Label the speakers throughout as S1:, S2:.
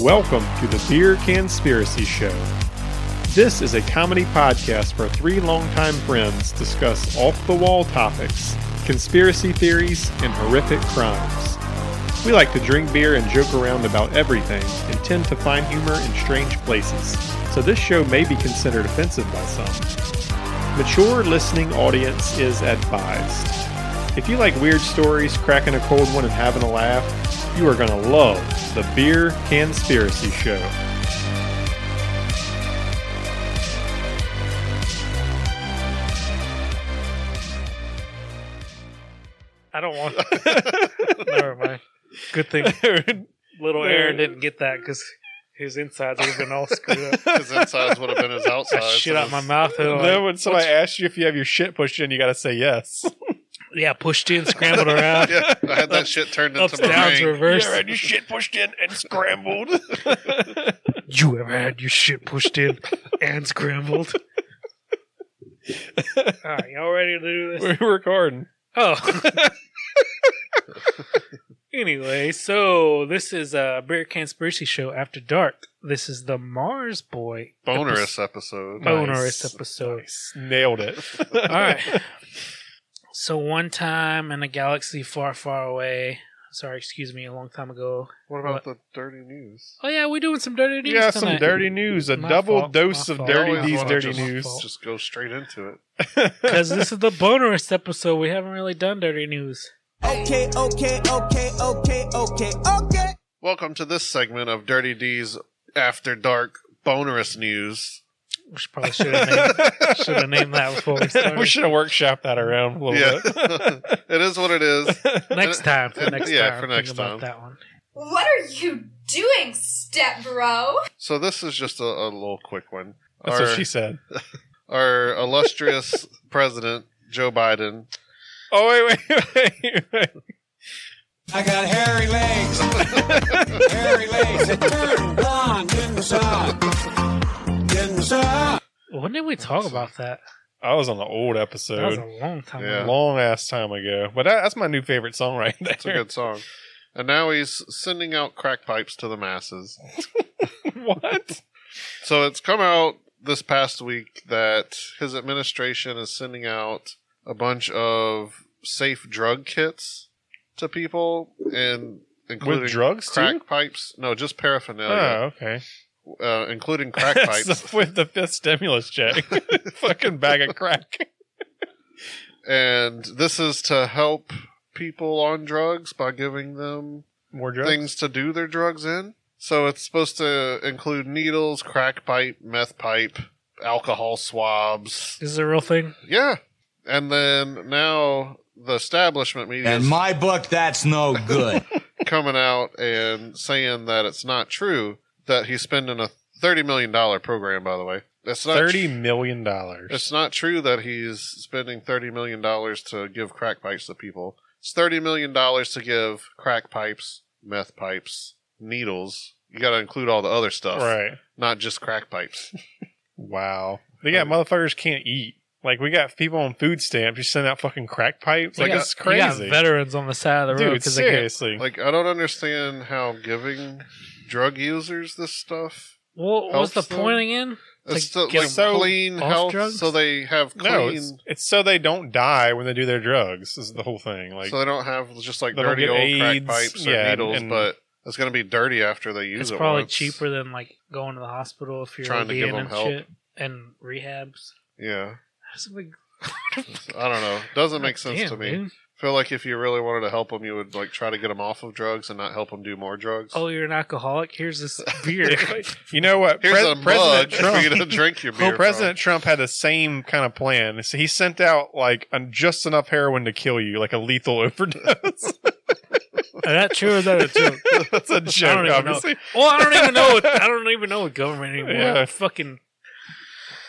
S1: Welcome to the Beer Conspiracy Show. This is a comedy podcast where three longtime friends discuss off the wall topics, conspiracy theories, and horrific crimes. We like to drink beer and joke around about everything and tend to find humor in strange places, so this show may be considered offensive by some. Mature listening audience is advised. If you like weird stories, cracking a cold one, and having a laugh, you are going to love the Beer Conspiracy Show.
S2: I don't want. Never mind. Good thing little Aaron didn't get that because his insides would have been all screwed up.
S3: His insides would have been his
S2: I
S3: outsides.
S2: shit out
S3: So
S2: my mouth. and like,
S1: then when somebody asks you if you have your shit pushed in, you got to say yes.
S2: yeah, pushed in, scrambled around,
S3: yeah, I had that shit turned
S2: ups,
S3: into my
S2: downs,
S3: ring.
S2: reverse.
S1: your shit pushed in and scrambled.
S2: You ever had your shit pushed in and scrambled? all right, y'all ready to do this?
S1: We're recording.
S2: Oh. anyway, so this is a Bear Conspiracy Show After Dark. This is the Mars Boy
S3: Bonerous episode.
S1: Nice.
S2: bonus episode.
S1: Nailed it.
S2: All right. So one time in a galaxy far, far away. Sorry, excuse me. A long time ago.
S3: What
S2: about
S3: about the dirty news?
S2: Oh yeah, we're doing some dirty news
S1: Yeah,
S2: tonight.
S1: some dirty news. A
S2: My
S1: double
S2: fault,
S1: dose
S2: my
S1: of
S2: fault.
S1: dirty
S2: Always
S1: these
S2: wanna
S1: dirty
S2: just-
S1: news.
S3: Just go straight into it.
S2: Because this is the bonus episode. We haven't really done dirty news.
S4: Okay, okay, okay, okay, okay, okay.
S3: Welcome to this segment of Dirty D's After Dark Bonerous News.
S2: We should probably should have named, should have named that before we
S1: we
S2: started.
S1: should have workshopped that around a little
S3: Yeah, it is what it is.
S1: bit.
S2: Next time, for next
S3: Yeah,
S2: time,
S3: for
S2: think
S3: next
S2: about
S3: time.
S2: that one.
S5: What are you doing, step bro?
S3: So this is just a, a little quick one.
S1: That's
S3: our,
S1: what she said.
S3: our illustrious president Joe Biden.
S1: Oh wait, wait, wait, wait.
S4: I got hairy legs, hairy legs that turn blonde inside, inside.
S2: When did we talk about that?
S1: I was on the old
S2: That was
S1: episode,
S2: a long time
S3: Yeah.
S2: ago.
S1: long ass time ago. But that, that's my new favorite song right there.
S3: It's a good song. And now he's sending out crack pipes to the masses.
S1: what?
S3: So it's come out this past week that his administration is sending out a bunch of safe drug kits to people, and including
S1: drugs,
S3: crack
S1: too?
S3: pipes. No, just paraphernalia,
S1: Oh, okay.
S3: uh, including crack
S1: That's
S3: pipes
S1: with the fifth stimulus check, fucking bag of crack.
S3: and this is to help people on drugs by giving them
S1: More drugs.
S3: things to do their drugs in. So it's supposed to include needles, crack pipe, meth pipe, alcohol swabs,
S2: Is this a real thing?
S3: Yeah. And then now the establishment media
S6: In
S3: is
S6: my book, that's no good.
S3: coming out and saying that it's not true that he's spending a $30 million program, by the way. It's not,
S1: Thirty million dollars.
S3: it's not true that he's spending $30 million to give crack pipes to people. It's $30 million to give crack pipes, meth pipes, needles. You got to include all the other stuff,
S1: Right.
S3: not just crack pipes.
S1: Wow. They
S3: Um,
S1: got motherfuckers can't eat. Like we got people on food stamps. You send out fucking crack pipes. Like
S2: You
S1: it's
S2: got- you got
S1: crazy.
S2: veterans on the side of the road
S1: Dude,
S2: because they get
S1: seriously.
S3: like, I don't understand how giving drug users this stuff
S2: Well, what was the
S3: Helps them.
S2: point again?
S3: It's
S2: Like,
S3: to,
S2: get
S3: like
S1: so
S3: clean
S2: off
S3: health,
S2: drugs?
S3: so they have clean,
S1: no, it's, it's so they don't die when they do their drugs. Is the whole thing. Like
S3: so they don't have just like
S1: they don't
S3: dirty
S1: get
S3: old
S1: AIDS,
S3: crack pipes or
S1: yeah,
S3: needles.
S1: and-
S3: but it's going to be dirty after they use
S2: It's
S3: it.
S2: probably
S3: once.
S2: cheaper than like going to the hospital if you're
S3: Trying to give
S2: ODing
S3: them
S2: and
S3: help.
S2: shit and rehabs.
S3: Yeah,
S2: That's a big
S3: I don't know. Doesn't make sense
S2: Damn,
S3: to me.
S2: dude.
S3: Feel like if you really wanted to help them, you would like try to get them off of drugs and not help them do more drugs.
S2: Oh, you're an alcoholic. Here's this beer.
S1: you know what?
S3: Here's
S1: Pre-
S3: a mug
S1: President
S3: for
S1: Trump.
S3: you to drink
S2: Oh,
S3: your beer.
S1: Well, President Trump had the same kind of plan. So he sent out like un- just enough heroin to kill you, like a lethal overdose.
S2: is that true? Or is that a joke?
S1: That's a
S2: I don't
S1: joke,
S2: even
S1: obviously.
S2: know. Well, I don't even know. What, I don't even know what government anymore.
S1: Yeah.
S2: Fucking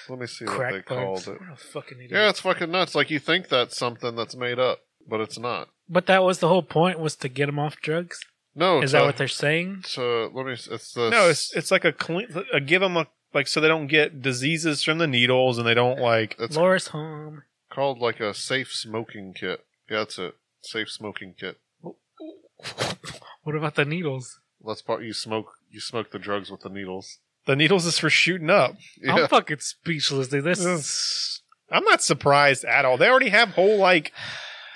S3: From. Let me see what they
S2: crack pipes.
S3: called
S2: What
S3: it.
S2: a fucking idiot.
S3: Yeah, it's fucking nuts. Like you think that's something that's made up, but it's not.
S2: But that was the whole point was to get them off drugs.
S3: No,
S2: Is
S3: to,
S2: that what they're saying?
S3: So let me. It's the
S1: No, it's it's like a clean, a give them a like so they don't get diseases from the needles and they don't like.
S3: It's
S2: Laura's home.
S3: called like a safe smoking kit. Yeah, that's it. Safe smoking kit.
S2: What about the needles?
S3: That's part you smoke. You smoke the drugs with the needles.
S1: The needles is for shooting up.
S2: I'm
S3: Yeah.
S2: fucking speechless, dude. This
S1: Yeah.
S2: is
S1: I'm not surprised at all. They already have whole like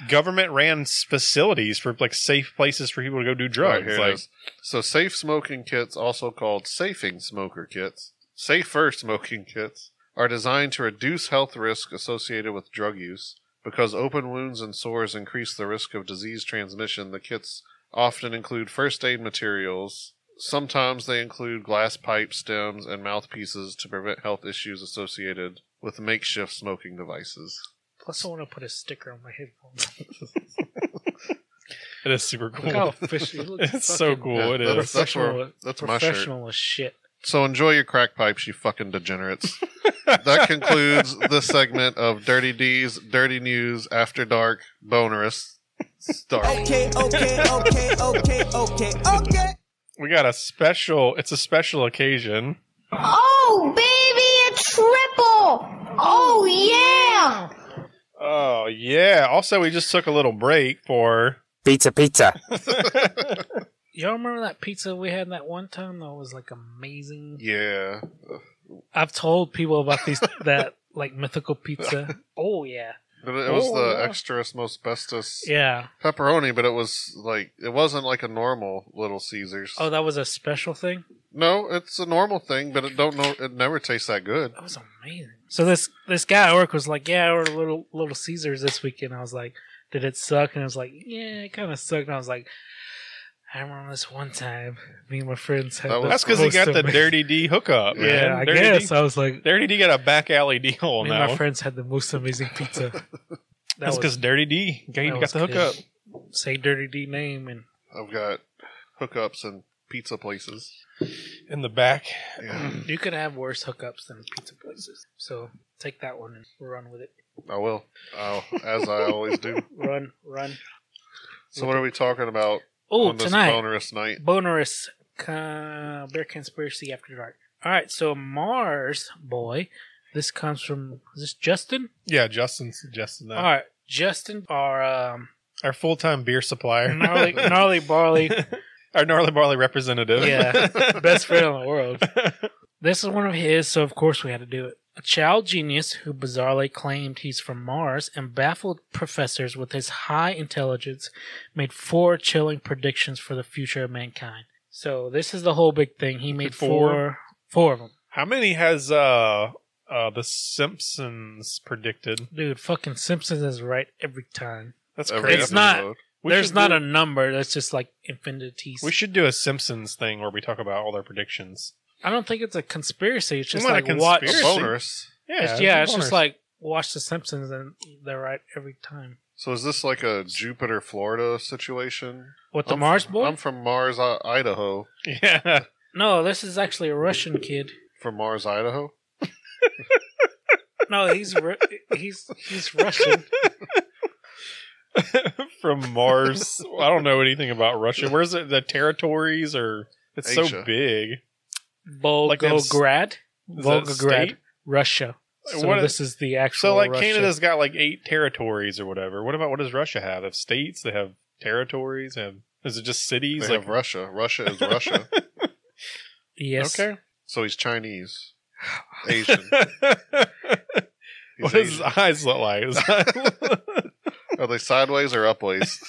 S1: government ran facilities for like safe places for people to go do
S3: Right,
S1: drugs.
S3: here it
S1: like
S3: is. so safe smoking kits, also called safing smoker kits, safer smoking kits, are designed to reduce health risk associated with drug use. Because open wounds and sores increase the risk of disease transmission, the kits often include first aid materials. Sometimes they include glass pipe stems and mouthpieces to prevent health issues associated with makeshift smoking devices.
S2: plus I want to put a sticker on my headphones.
S1: it is super
S2: Look how
S1: cool.
S2: official. it looks
S1: It's so
S2: fucking
S1: cool. It
S3: Yeah,
S1: is.
S3: that's- that's where-
S2: Professional,
S3: that's my shirt.
S2: professional as shit.
S3: So enjoy your crack pipes, you fucking degenerates. that concludes this segment of Dirty D's Dirty News After Dark Bonerous Start.
S4: Okay, okay, okay, okay, okay, okay.
S1: We got a special. It's a special occasion.
S7: Oh, baby, a triple! Oh, yeah!
S1: Oh yeah. Also, we just took a little break for.
S8: Pizza, pizza.
S2: Y'all remember that pizza we had that one time that was like amazing?
S3: Yeah.
S2: I've told people about these that like mythical pizza. Oh yeah,
S3: But it was
S2: Oh,
S3: the
S2: yeah.
S3: extra asbestos
S2: yeah.
S3: pepperoni, but it was like it wasn't like a normal Little Caesars.
S2: Oh, that was a special thing.
S3: No, it's a normal thing, but it don't know it never tastes that good.
S2: That was amazing. So this this guy at work was like, "Yeah, I ordered little Little Caesars this weekend." I was like, "Did it suck?" And I was like, "Yeah, it kind of sucked." And I was like, "I remember this one time, me and my friends had
S3: That was-
S2: this
S1: That's because he
S2: close
S1: got
S2: to
S1: the
S2: me."
S1: Dirty D hookup.
S2: Yeah,
S1: man.
S2: I
S1: Dirty
S2: guess
S1: D,
S2: I was like,
S1: Dirty D got a back alley deal on
S2: me and
S1: that
S2: my
S1: one.
S2: friends had the most amazing pizza. That
S1: That's because Dirty D got,
S2: that
S1: got
S2: was
S1: the hookup.
S2: good. Say Dirty D name and
S3: I've got hookups and pizza places.
S1: in the back.
S3: Yeah,
S2: You could have worse hookups than pizza places. So take that one and run with it.
S3: I will. Oh, as I always do.
S2: Run, run.
S3: So what are we talking about
S2: Oh,
S3: on this
S2: tonight.
S3: bonerous night?
S2: Bonerous uh, Bear Conspiracy After Dark. All right, so Mars Boy. This comes from, is this Justin?
S1: Yeah, Justin suggested that.
S2: All right, Justin, our um,
S1: Our full time beer supplier.
S2: gnarly, gnarly barley.
S1: Our gnarly barley representative.
S2: Yeah, best friend in the world. This is one of his, so of course we had to do it. A child genius who bizarrely claimed he's from Mars and baffled professors with his high intelligence made four chilling predictions for the future of mankind. So this is the whole big thing. He made
S1: Four?
S2: four, four of them.
S1: How many has uh uh the Simpsons predicted?
S2: Dude, fucking Simpsons is right every time.
S1: That's
S3: Every
S1: crazy.
S2: It's not-
S3: episode.
S1: We
S2: There's
S1: should
S2: not
S1: do-
S2: a number. That's just like infinities.
S1: We should do a Simpsons thing where we talk about all their predictions.
S2: I don't think it's a conspiracy. It's just
S1: not a
S2: like watch.
S3: A
S1: Seriously?
S3: bonerous.
S1: Yeah,
S2: It's, yeah, it's just like watch the Simpsons and they're right every time.
S3: So is this like a Jupiter, Florida situation?
S2: What the
S3: I'm-
S2: Mars boy?
S3: I'm from Mars, I- Idaho.
S1: yeah.
S2: No, this is actually a Russian kid.
S3: From Mars, Idaho.
S2: No, he's Ru- he's he's Russian.
S1: From Mars. I don't know anything about Russia. Where's it? The territories or it's so
S3: Asia.
S1: big. Is Like they have s-
S2: Volgograd,
S1: that
S2: Volgograd,
S1: state?
S2: Russia. So
S1: What-
S2: this is the actual.
S1: So like
S2: Russia.
S1: Canada's got like eight territories or whatever. What about what does Russia have? They have states, they have territories, they have is it just cities?
S3: He's
S1: like
S3: like Russia. Russia is Russia.
S2: yes.
S1: okay.
S3: so he's Chinese, Asian. He's
S1: what does his
S3: Asian.
S1: eyes look like? His eyes-
S3: Are they sideways or upways?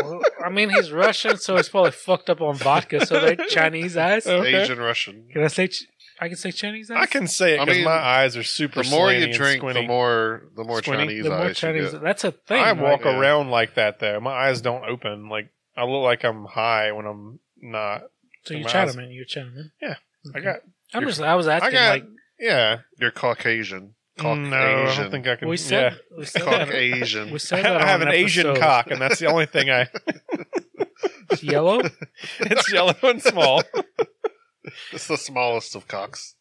S2: Well, I mean, he's Russian, so he's probably fucked up on vodka. So they're Chinese eyes. Can
S1: Okay.
S3: Asian Russian.
S2: I say? Ch- I can say Chinese eyes.
S1: I can say it
S3: I
S1: because
S3: mean,
S1: my eyes are super.
S3: The more
S1: slanty
S3: you
S1: and
S3: drink,
S1: squinty.
S3: the more the more
S1: Squinty?
S3: Chinese
S2: The more
S3: eyes
S2: Chinese.
S3: you
S1: e-
S3: get.
S2: That's a thing.
S1: I
S2: right?
S1: walk
S3: Yeah.
S1: around like that though. My eyes don't open. Like I look like I'm high when I'm not.
S2: So you're
S1: my eyes-
S2: Chinaman. You're Chinaman.
S1: Yeah. I
S2: Okay.
S1: got.
S2: I'm just. I was asking.
S1: I got.
S2: like
S1: yeah.
S3: You're Caucasian. Caucasian.
S1: No, I don't think I can.
S2: we
S1: yeah.
S2: said. We said that.
S3: Caucasian.
S2: We
S1: I
S2: said
S1: have,
S2: that
S1: I have
S2: on
S1: an Asian
S2: episode.
S1: cock, and that's the only thing I.
S2: It's Yellow.
S1: It's yellow and small.
S3: it's the smallest of cocks.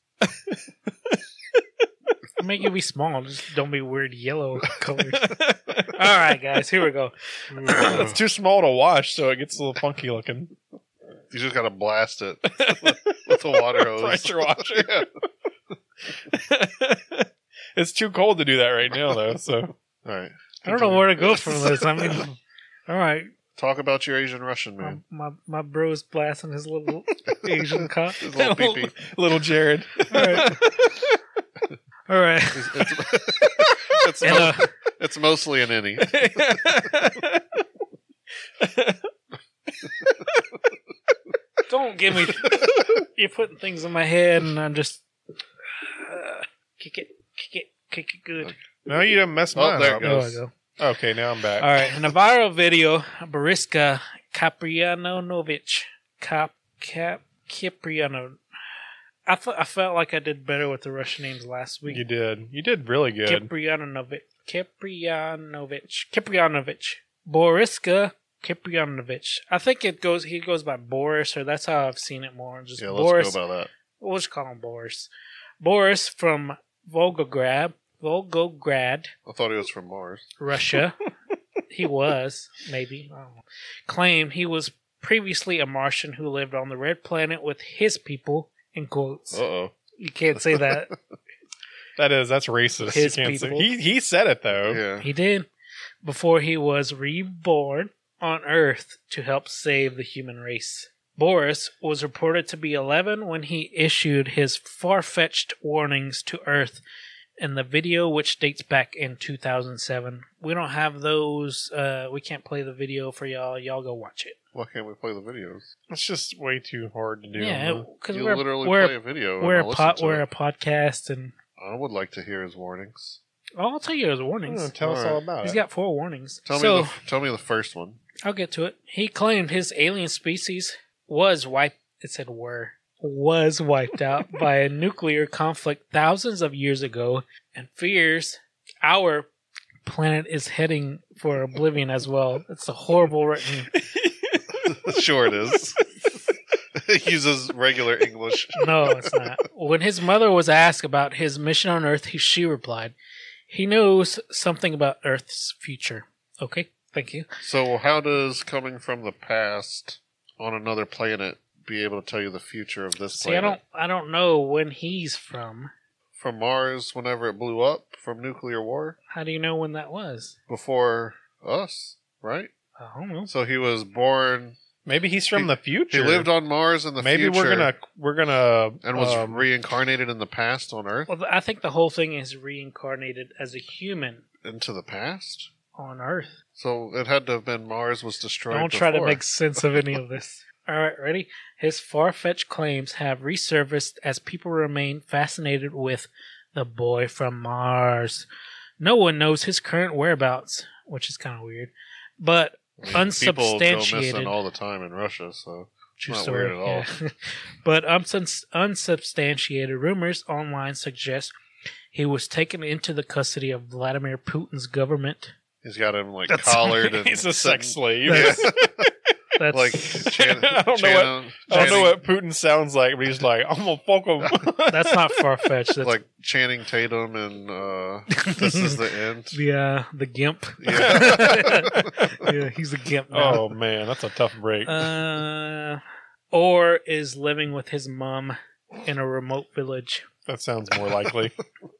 S2: Make it be small. Just don't be weird yellow colored. All right, guys, here we go.
S1: it's too small to wash, so it gets a little funky looking.
S3: You just gotta blast it with a water hose.
S1: Pressure washer.
S3: Yeah.
S1: it's too cold to do that right now, though. So
S3: All right.
S2: I don't know where to go from this. I mean, all right,
S3: Talk about your Asian Russian
S2: My,
S3: man.
S2: my my bro is blasting his little Asian cock.
S3: His little pee pee.
S1: Little Jared.
S2: All right. All right.
S3: It's, it's, it's,
S2: And, uh,
S3: mo- it's mostly an innie.
S2: don't give me. You're putting things in my head, and I'm just uh, kick it, kick it, kick it good.
S1: No, you didn't mess
S3: Oh,
S1: mine
S3: there it
S1: up.
S2: There I
S3: goes.
S2: go.
S1: Okay, now I'm back.
S2: All right, in a viral video, Boriska Kaprianovich, Kap Kap Kipriano. I thought I felt like I did better with the Russian names last week.
S1: You did. You did really good.
S2: Kiprianovich. Kiprianovich. Kiprianovich. Boriska Kiprianovich. I think it goes. He goes by Boris, or that's how I've seen it more. Just
S3: Yeah, let's
S2: Boris.
S3: go about
S2: We'll just call him Boris. Boris from Volgograd, Volgograd,
S3: that. I thought he was from Mars.
S2: Russia. he was maybe. I don't know. Claim he was previously a Martian who lived on the red planet with his people. In quotes,
S3: Uh oh.
S2: you can't say that.
S1: That is. That's racist.
S2: His
S1: you can't say-
S2: people.
S1: He he said it though.
S3: Yeah.
S2: He did. Before he was reborn on Earth to help save the human race. Boris was reported to be 11 when he issued his far fetched warnings to Earth in the video, which dates back in 2007. We don't have those. Uh, we can't play the video for y'all. Y'all go watch it.
S3: Why can't we play the videos?
S1: It's just way too hard to do.
S2: Yeah,
S1: man.
S2: because
S3: you
S2: we're,
S3: literally play
S2: we're,
S3: a video. and
S2: we're,
S3: I'll
S2: a
S3: listen
S2: pod,
S3: to
S2: we're a
S3: it.
S2: podcast, and
S3: I would like to hear his warnings.
S2: oh, I'll tell you his warnings.
S1: tell us all about
S2: He's
S1: it.
S2: got four warnings.
S3: Tell
S2: So-
S3: me. The, tell me the first one.
S2: I'll get to it. He claimed his alien species was wiped. It said were was wiped out by a nuclear conflict thousands of years ago, and fears our planet is heading for oblivion as well. It's a horrible written.
S3: sure, it is. it uses regular English.
S2: No, it's not. When his mother was asked about his mission on Earth, he, she replied, "He knows something about Earth's future." Okay, thank you.
S3: So, how does coming from the past on another planet be able to tell you the future of this
S2: See, I
S3: planet?
S2: don't, I don't know when he's from.
S3: From Mars, whenever it blew up from nuclear war
S2: How do you know when that was?
S3: before us, right?
S2: I don't know.
S3: So he was born.
S1: Maybe he's from
S3: He-
S1: the
S3: He
S1: future.
S3: lived on Mars in the
S1: Maybe
S3: future.
S1: we're gonna we're gonna
S3: and was
S1: um,
S3: reincarnated in the past on Earth
S2: Well, th- I think the whole thing is reincarnated as a human
S3: into the past.
S2: on Earth.
S3: So it had to have been Mars was destroyed.
S2: Don't try to
S3: before.
S2: make sense of any of this. All right, ready? His far fetched claims have resurfaced as people remain fascinated with the boy from Mars. No one knows his current whereabouts, which is kind of weird, but
S3: People go missing
S2: unsubstantiated.
S3: all the time in Russia, so
S2: True
S3: Not
S2: story.
S3: weird at all.
S2: yeah. but unsubs- unsubstantiated rumors online suggest he was taken into the custody of Vladimir Putin's government.
S3: he's got him like collared and
S1: he's a sex
S3: sitting-
S1: slave.
S3: Yeah.
S2: That's
S3: like Chan-
S1: I don't know
S3: Chan-
S1: I don't know
S3: Channing-
S1: what Putin sounds like, but he's like, I'm gonna fuck him.
S2: that's not far fetched. That's
S3: like Channing Tatum and uh, this is the end.
S2: the uh, the gimp.
S3: Yeah.
S2: yeah, he's a gimp now.
S1: oh man, that's a tough break.
S2: Uh, or is living with his mom in a remote village.
S1: that sounds more likely.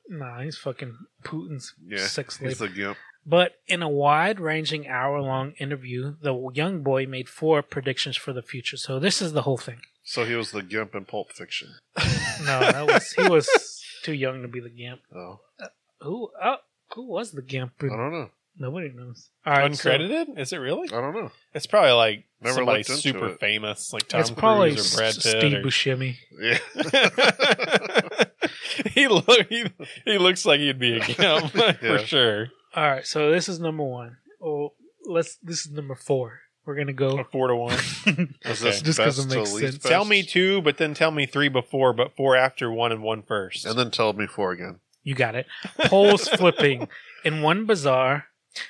S2: Nah, he's fucking Putin's
S3: yeah,
S2: sex slave.
S3: he's the gimp.
S2: But in a wide ranging hour long interview, the young boy made four predictions for the future. So this is the whole thing.
S3: So he was the gimp in Pulp Fiction.
S2: No, that was he was too young to be the gimp.
S3: Oh,
S2: Who uh, who was the gimp?
S3: I don't know.
S2: Nobody knows. All right, so
S1: Uncredited? Is it really?
S3: I don't know.
S1: It's probably like
S3: Never
S1: somebody
S3: looked into
S1: super
S3: it.
S1: famous, like Tom
S2: it's probably
S1: Cruise or Brad
S2: S-
S1: Pitt.
S2: Steve
S1: or-
S2: Buscemi.
S3: Yeah,
S1: he look he, he looks like he'd be a gimp
S3: Yeah.
S1: for sure.
S2: All right, so this is number one. Oh, let's. This is number four. We're gonna go.
S1: A four to one.
S3: is
S1: Okay.
S3: this
S2: Just 'cause
S3: best
S2: it
S3: to
S2: makes
S3: least
S2: sense.
S3: best?
S1: tell me two, but then tell me three before, but four after one and one first.
S3: and then tell me four again.
S2: You got it. Polls flipping in one bazaar.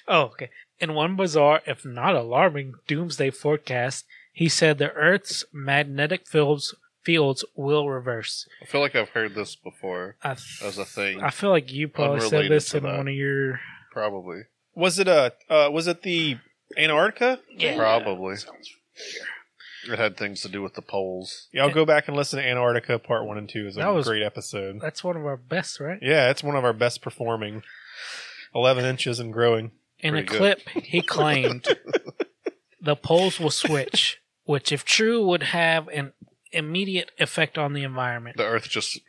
S2: Oh, okay. In one bizarre, if not alarming, doomsday forecast, he said the Earth's magnetic fields fields will reverse.
S3: I feel like I've heard this before
S2: I, th-
S3: as a thing,
S2: I feel like you probably said
S3: Unrelated
S2: this
S3: to
S2: in
S3: that.
S2: one of your.
S3: probably.
S1: was it a uh, was it the Antarctica?
S3: Probably. It had things to do with the poles.
S1: Y'all go back and listen to Antarctica Part One and Two. is a
S2: That was-
S1: great episode.
S2: That's one of our best, right?
S1: Yeah, it's one of our best performing. Eleven inches and growing.
S2: In a
S3: Pretty
S2: clip, he claimed the poles will switch, which, if true, would have an immediate effect on the environment.
S3: The Earth just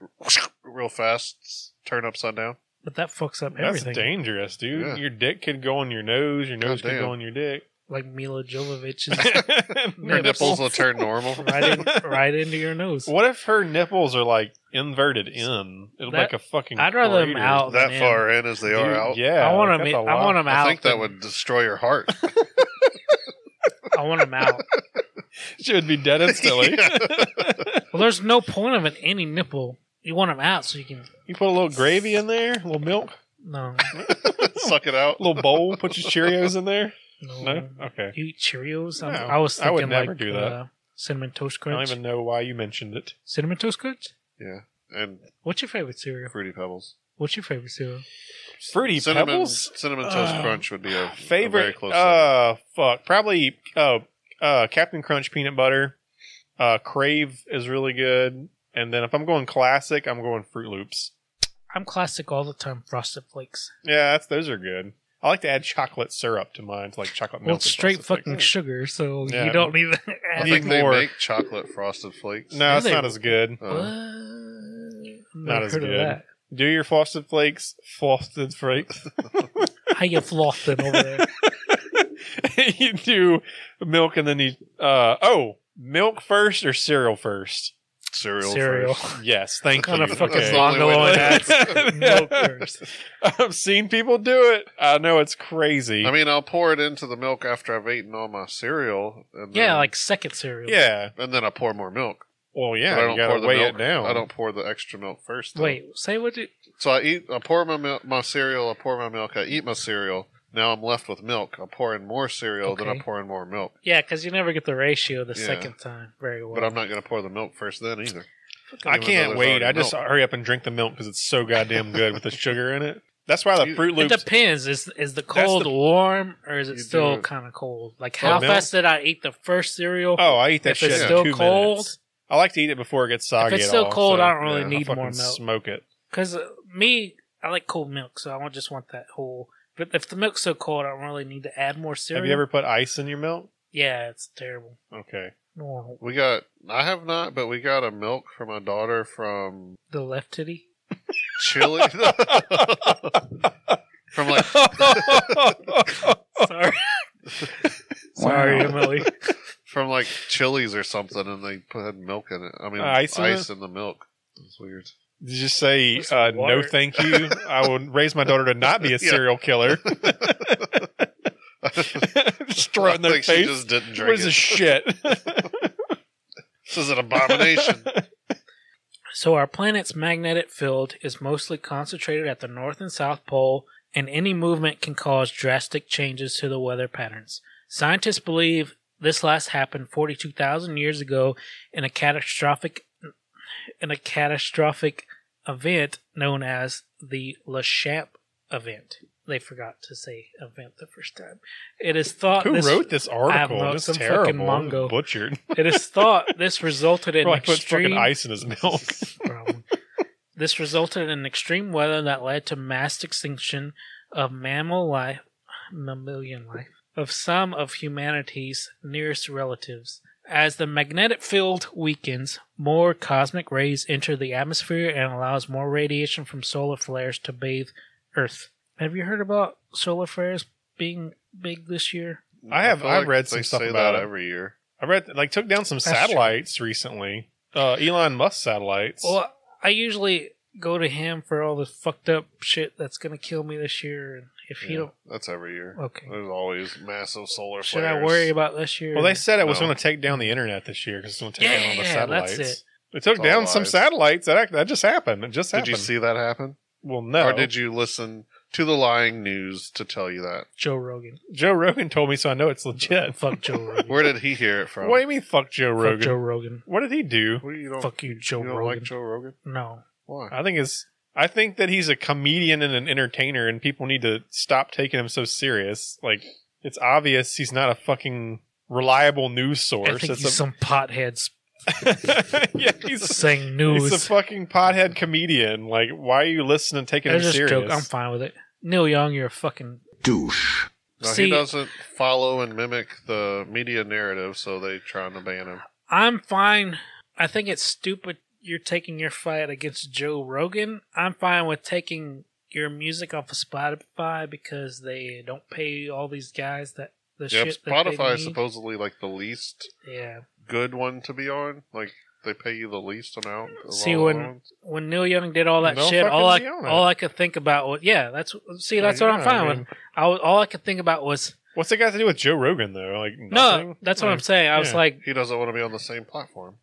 S3: real fast turn upside down.
S2: But that fucks up
S1: That's
S2: everything.
S1: dangerous, dude.
S3: Yeah.
S1: Your dick could go on your nose. Your nose could
S3: Goddamn.
S1: go on your dick.
S2: Like Mila Jovovich
S3: Her nipples will turn normal.
S2: right, in, right into your nose.
S1: What if her nipples are like inverted in? It'll
S2: That-
S1: like a fucking.
S2: I'd rather them
S1: crater.
S2: out.
S3: That
S2: Man.
S3: far in as they are
S1: Dude,
S3: out.
S1: Yeah,
S2: I want
S1: like,
S2: them.
S1: that's
S2: In,
S1: a
S2: I
S1: lot.
S2: want them out.
S3: I think that would destroy your heart.
S2: I want them out.
S1: She would be dead instantly.
S3: Yeah.
S2: Well, there's no point of an any nipple. You want them out so you can.
S1: You put a little gravy in there, a little milk,
S2: No,
S3: Suck it out.
S1: a little bowl. Put your Cheerios in there.
S2: no.
S1: No, okay.
S2: You eat Cheerios? I,
S1: No,
S2: I was
S1: I
S2: thinking
S1: would never
S2: like
S1: do that.
S2: Uh, cinnamon toast
S1: I don't
S2: crunch.
S1: even know why you mentioned it.
S2: Cinnamon toast crunch.
S3: Yeah. And
S2: What's your favorite cereal?
S3: fruity pebbles.
S2: What's your favorite cereal?
S1: Fruity
S3: Cinnamon
S1: pebbles.
S3: cinnamon toast
S1: Oh.
S3: crunch would be a a
S1: Favorite.
S3: very close. second.
S1: uh, fuck. Probably. Oh, uh, Captain Crunch peanut butter. Uh, Crave is really good. And then if I'm going classic, I'm going Fruit Loops.
S2: I'm classic all the time. Frosted Flakes.
S1: Yeah, that's those are good. I like to add chocolate syrup to mine, like chocolate
S2: Well,
S1: milk.
S2: it's
S1: and
S2: straight
S1: frosted
S2: fucking
S1: flakes.
S2: sugar, so
S1: Yeah.
S2: you don't need
S3: I
S1: I
S2: that.
S1: need
S3: think they
S1: more.
S3: make chocolate frosted flakes.
S1: No,
S2: Do
S1: it's
S2: they?
S1: not as good.
S3: Uh,
S2: Not
S1: Not as good. Do your frosted flakes, frosted flakes.
S2: How you flossing over there?
S1: you do milk and then you. Uh, oh, milk first or cereal first?
S3: cereal.
S2: Cereal.
S3: First.
S1: Yes, thank
S2: Kind
S1: you.
S2: of fucking
S3: Okay.
S2: Zongalo and that. Milk first.
S1: I've seen people do it. I know it's crazy.
S3: I mean, I'll pour it into the milk after I've eaten all my cereal. And
S2: Yeah,
S3: then,
S2: like second cereal.
S1: yeah.
S3: And then I pour more milk.
S1: Well,
S3: but
S1: yeah.
S3: I
S1: you
S3: don't
S1: gotta
S3: pour the
S1: weigh
S3: milk.
S1: it down.
S3: I don't pour the extra milk first. though.
S2: Wait, say what? You,
S3: So I eat. I pour my milk, my cereal. I pour my milk. I eat my cereal. Now I'm left with milk. I pour in more cereal. Then I
S2: Okay.
S3: pour in more milk.
S2: yeah, because you never get the ratio the
S3: Yeah.
S2: second time very well.
S3: But I'm not going to pour the milk first then either.
S1: I
S3: even though
S1: can't
S3: there's
S1: wait.
S3: already
S1: I just
S3: milk.
S1: hurry up and drink the milk because it's so goddamn good with the sugar in it. That's why the
S3: You-
S2: It
S1: Fruit Loops.
S2: depends. Is is the
S1: That's
S2: cold
S1: the-
S2: warm or is
S3: You
S2: it
S3: do
S2: still
S3: it.
S2: kind of cold? Like
S1: Well,
S2: how
S1: milk-
S2: fast did I eat the first cereal?
S1: Oh, I eat that
S2: If
S1: shit
S2: it's
S1: in
S2: still
S1: two
S2: cold-
S1: minutes. I like to eat it before it gets soggy.
S2: if it's
S1: at
S2: still
S1: all,
S2: cold,
S1: so,
S2: I don't really
S1: yeah,
S2: need
S1: I
S2: more
S1: fucking
S2: milk.
S1: Smoke it.
S2: Because uh, me, I like cold milk, so I won't just want that whole. But if the milk's so cold, I don't really need to add more cereal.
S1: Have you ever put ice in your milk?
S2: Yeah, it's terrible.
S1: Okay.
S2: No,
S3: We got. I have not, but we got a milk for my daughter from
S2: the left titty.
S3: Chile. from like
S2: Sorry, sorry,
S6: Wow.
S2: Emily.
S3: from like Chili's or something, and they put had milk in it. I mean,
S1: Uh, ice
S3: ice,
S1: in
S3: in the milk. It's weird.
S1: Did you just say
S2: That's
S1: uh, no
S2: water.
S1: thank you? I would raise my daughter to not be a
S3: Yeah.
S1: serial killer. just throw it in
S3: I
S1: their
S3: think
S1: face.
S3: She just didn't drink
S1: what is
S3: it.
S1: this shit?
S3: this is an abomination.
S2: So our planet's magnetic field is mostly concentrated at the north and south pole, and any movement can cause drastic changes to the weather patterns. Scientists believe this last happened 42,000 years ago in a catastrophic in a catastrophic event known as the Le Champ event. They forgot to say event the first time. It is thought
S1: Who
S2: this,
S1: wrote this article?
S2: know,
S1: This
S2: some
S1: is
S2: fucking
S1: terrible.
S2: mongo.
S1: Butchered.
S2: It is thought this resulted in
S1: Probably puts
S2: extreme
S1: fucking ice in his milk.
S2: problem. this resulted in extreme weather that led to mass extinction of mammal life, mammalian life, of some of humanity's nearest relatives. As the magnetic field weakens, more cosmic rays enter the atmosphere and allows more radiation from solar flares to bathe Earth. Have you heard about solar flares being big this year?
S1: I have-
S3: feel
S1: I've read some
S3: they
S1: stuff
S3: say
S1: about
S3: that
S1: it.
S3: every year.
S1: I read like took down some
S2: true.
S1: satellites recently. Uh, Elon Musk satellites.
S2: Well, I usually go to him for all the fucked up shit that's gonna kill me this year, and if he
S3: Yeah,
S2: don't
S3: that's every year.
S2: Okay.
S3: There's always massive solar
S2: Should
S3: flares.
S2: I worry about this year?
S1: Well, they said it was
S3: No.
S1: going to take down the internet this year because it's going to take down all the
S2: Yeah, that's
S1: satellites.
S2: it.
S1: It took
S3: It's all
S1: down some
S3: lies.
S1: satellites. That act- that just happened. It just
S3: Did
S1: happened.
S3: you see that happen?
S1: Well, no.
S3: Or did you listen to the lying news to tell you that?
S2: Joe Rogan.
S1: Joe Rogan told me, so I know it's legit.
S2: Fuck Joe Rogan.
S3: Where did he hear it from?
S1: What do you mean, fuck Joe
S2: Fuck
S1: Rogan?
S2: Joe Rogan.
S1: What did he do?
S3: Well, you don't,
S2: Fuck you, Joe
S3: you don't
S2: Rogan. Uh,
S3: like Joe Rogan?
S2: no.
S3: Why?
S1: I think it's. I think that he's a comedian and an entertainer, and people need to stop taking him so serious. Like it's obvious he's not a fucking reliable news source.
S2: I think
S1: It's
S2: he's some potheads
S1: a, yeah, he's,
S2: saying
S1: he's
S2: news.
S1: a fucking pothead comedian. Like, why are you listening and taking
S2: They're
S1: him
S2: just
S1: serious?
S2: joking. I'm fine with it. Neil Young, you're a fucking
S6: Douche.
S3: No,
S2: See-
S3: he doesn't follow and mimic the media narrative, so they trying to ban him.
S2: I'm fine. I think it's stupid you're taking your fight against Joe Rogan. I'm fine with taking your music off of Spotify because they don't pay all these guys that the
S3: Yep,
S2: shit that they
S3: Spotify is
S2: need.
S3: supposedly like the least
S2: yeah.
S3: good one to be on. Like they pay you the least amount. Of
S2: See
S3: all the
S2: when
S3: ones.
S2: when Neil Young did all that
S3: No
S2: shit, all I
S3: fucking Neil.
S2: all I could think about was yeah. That's see,
S3: Well,
S2: that's what I'm
S3: yeah,
S2: fine
S3: I
S2: with.
S3: mean-
S2: I was, all I could think about was
S1: What's it got to do with Joe Rogan though? Like nothing?
S2: no. That's what I'm
S1: Like,
S2: saying. I was
S1: yeah.
S2: like,
S3: he doesn't want to be on the same platform.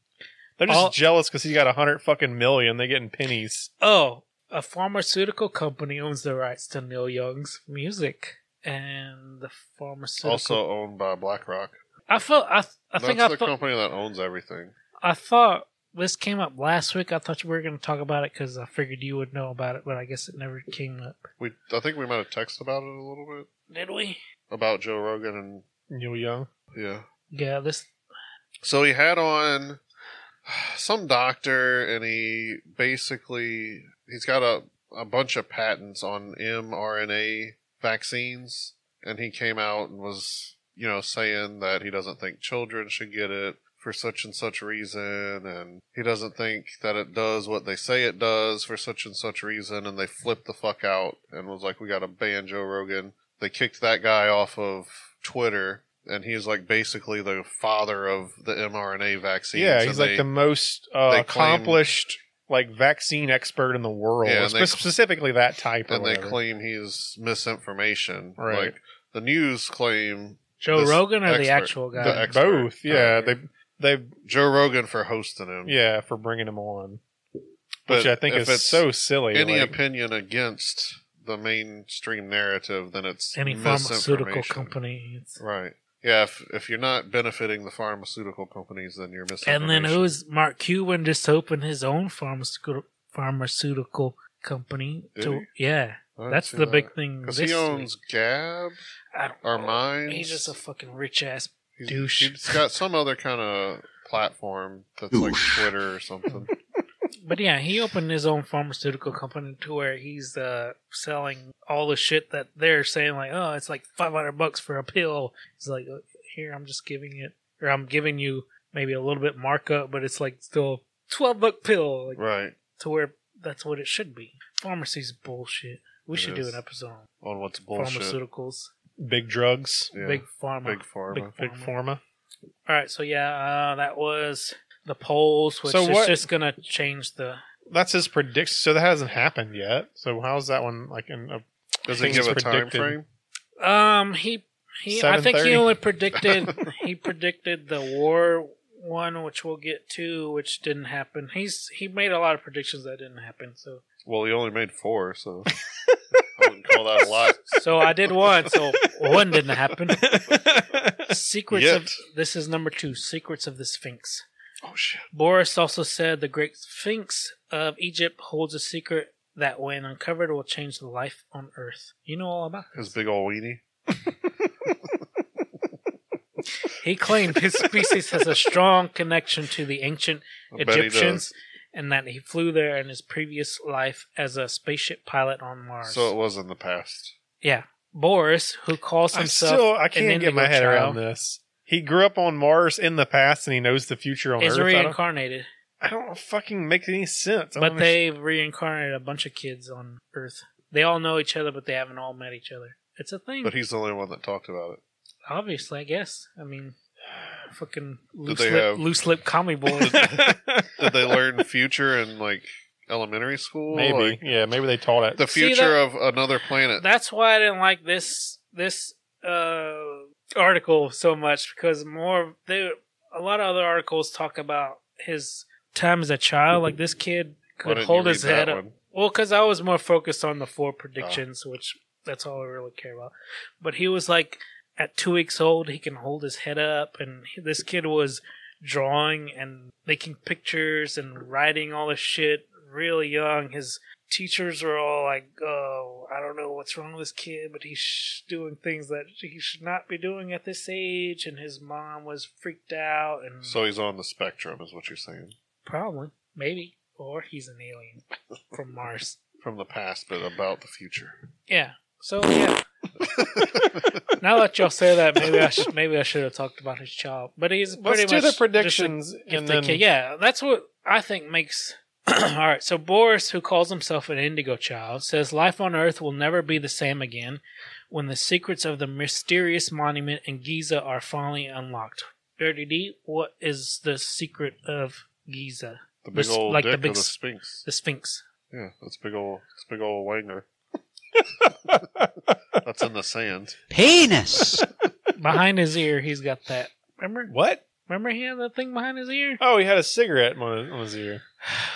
S1: They're just
S2: all-
S1: jealous because he got a hundred fucking million. They getting pennies.
S2: oh, a pharmaceutical company owns the rights to Neil Young's music, and the pharmaceutical.
S3: Also owned by BlackRock.
S2: I felt I I think
S3: That's
S2: I
S3: the
S2: thought
S3: company that owns everything.
S2: I thought this came up last week. I thought we were going to talk about it because I figured you would know about it, but I guess it never came up.
S3: We I think we might have texted about it a little bit
S2: Did we?
S3: about Joe Rogan and
S1: Neil Young.
S3: yeah.
S2: Yeah. This
S3: So he had on some doctor, and he basically he's got a a bunch of patents on mRNA vaccines, and he came out and was you know saying that he doesn't think children should get it for such and such reason and he doesn't think that it does what they say it does for such and such reason and they flipped the fuck out and was like we got to ban Joe Rogan they kicked that guy off of Twitter, and he's like basically the father of the mRNA vaccine.
S1: Yeah, he's like the most uh,
S3: they claim-
S1: accomplished like vaccine expert in the world,
S3: Yeah, and
S1: spe-
S3: they cl-
S1: specifically that type. Or
S3: and they
S1: whatever.
S3: claim he's misinformation.
S1: Right.
S3: Like the news claim
S2: Joe
S3: This
S2: Rogan or the
S3: expert-
S2: actual guy?
S3: the
S1: The-
S3: expert.
S1: both. Yeah,
S2: Oh, yeah.
S1: they they
S3: Joe Rogan for hosting him.
S1: yeah for bringing him on,
S3: But
S1: which I think
S3: if
S1: is
S3: it's
S1: so silly.
S3: Any
S1: like-
S3: opinion against the mainstream narrative, then it's
S2: any pharmaceutical
S3: misinformation.
S2: company. It's-
S3: Right. Yeah, if, if you're not benefiting the pharmaceutical companies, then you're
S2: And
S3: misinformation.
S2: then who's Mark Cuban just opened his own pharmaceutical pharmaceutical company?
S3: Did
S2: to yeah,
S3: I didn't
S2: that's
S3: see
S2: the
S3: that.
S2: big thing.
S3: Because
S2: this
S3: he
S2: week.
S3: owns Gab
S2: I don't
S3: or
S2: know.
S3: Minds.
S2: He's just a fucking rich ass.
S3: He's-
S2: Douche.
S3: He's got some other kind of platform that's like Twitter or something.
S2: But yeah, he opened his own pharmaceutical company to where he's uh, selling all the shit that they're saying like, oh, it's like five hundred bucks for a pill. He's like, "Uh, here, I'm just giving it, or I'm giving you maybe a little bit markup, but it's like still twelve buck pill. Like,
S3: right.
S2: to where that's what it should be. Pharmacy's bullshit. We
S3: It
S2: should
S3: is.
S2: do an episode on
S3: On what's bullshit.
S2: pharmaceuticals,
S1: big drugs,
S3: Yeah.
S2: big pharma,
S3: Big pharma.
S1: big pharma.
S2: All right, so yeah, uh, that was the polls, which
S1: So
S2: is
S1: what-
S2: just gonna change the.
S1: That's his prediction. So that hasn't happened yet. So how's that one like in a
S3: Does it
S1: things
S3: give a time
S1: predicted.
S3: frame?
S2: Um, he he. I think he
S1: 7:30.
S2: only predicted he predicted the war one, which we'll get to, which didn't happen. He's he made a lot of predictions that didn't happen. So
S3: Well, he only made four, so I wouldn't call that a lot.
S2: so I did one. So one didn't happen. Secrets of
S3: Yet.
S2: this is number two. Secrets of the Sphinx.
S3: Oh shit!
S2: Boris also said the great sphinx of Egypt holds a secret that, when uncovered, will change the life on Earth. You know all about it.
S3: His big old weenie.
S2: He claimed his species has a strong connection to the ancient
S3: I bet he
S2: Egyptians and that he flew there in his previous life as a spaceship pilot on Mars.
S3: does. So it was in the past.
S2: yeah. Boris, who calls
S1: I
S2: himself.
S1: still I
S2: an
S1: can't get
S2: indigo
S1: my head
S2: child,
S1: around this. He grew up on Mars in the past, and he knows the future on
S2: Is
S1: Earth. I don't-
S2: reincarnated,
S1: I don't fucking make any sense. I don't
S2: but they reincarnated a bunch of kids on Earth. They all know each other, but they haven't all met each other. It's a thing.
S3: But he's the only one that talked about it.
S2: Obviously, I guess. I mean, fucking loose
S3: they
S2: lip,
S3: have-
S2: loose lip comic boy.
S3: Did they learn future in like elementary school?
S1: maybe
S3: Like,
S1: yeah maybe they taught it.
S3: the
S2: See, that-
S3: future of another planet.
S2: That's why I didn't like this this uh, article so much because more they a lot of other articles talk about his time as a child. Like this kid
S3: Why
S2: could
S3: didn't
S2: hold
S3: you
S2: his
S3: read that
S2: head up.
S3: one?
S2: Well, because I was more focused on the four predictions, which that's all I really care about. But he was like, at two weeks old, he can hold his head up, and he- this kid was drawing and making pictures and writing all this shit really young. His teachers were all like, "Oh, I don't know what's wrong with this kid, but he's sh- doing things that he should not be doing at this age." And his mom was freaked out, and
S3: So he's on the spectrum, is what you're saying.
S2: probably, maybe, or he's an alien from Mars.
S3: From the past, but about the future.
S2: Yeah. So yeah. Now that y'all say that, maybe I should, maybe I should have talked about his child. But he's pretty
S1: Let's do
S2: much
S1: the
S2: just a
S1: predictions
S2: gift
S1: and
S2: to
S1: then
S2: kid. yeah, that's what I think makes. All right, so Boris, who calls himself an Indigo Child, says life on Earth will never be the same again when the secrets of the mysterious monument in Giza are finally unlocked. Dirty D, what is the secret of Giza?
S3: The
S2: This-
S3: big old
S2: like the
S3: dick
S2: big
S3: of the
S2: s-
S3: Sphinx.
S2: The Sphinx.
S3: Yeah, that's big old, that's big old wanger. that's in the sand.
S8: Penis.
S2: Behind his ear, he's got that. Remember?
S1: what?
S2: Remember he had that thing behind his ear?
S1: Oh, he had a cigarette on his, on his ear.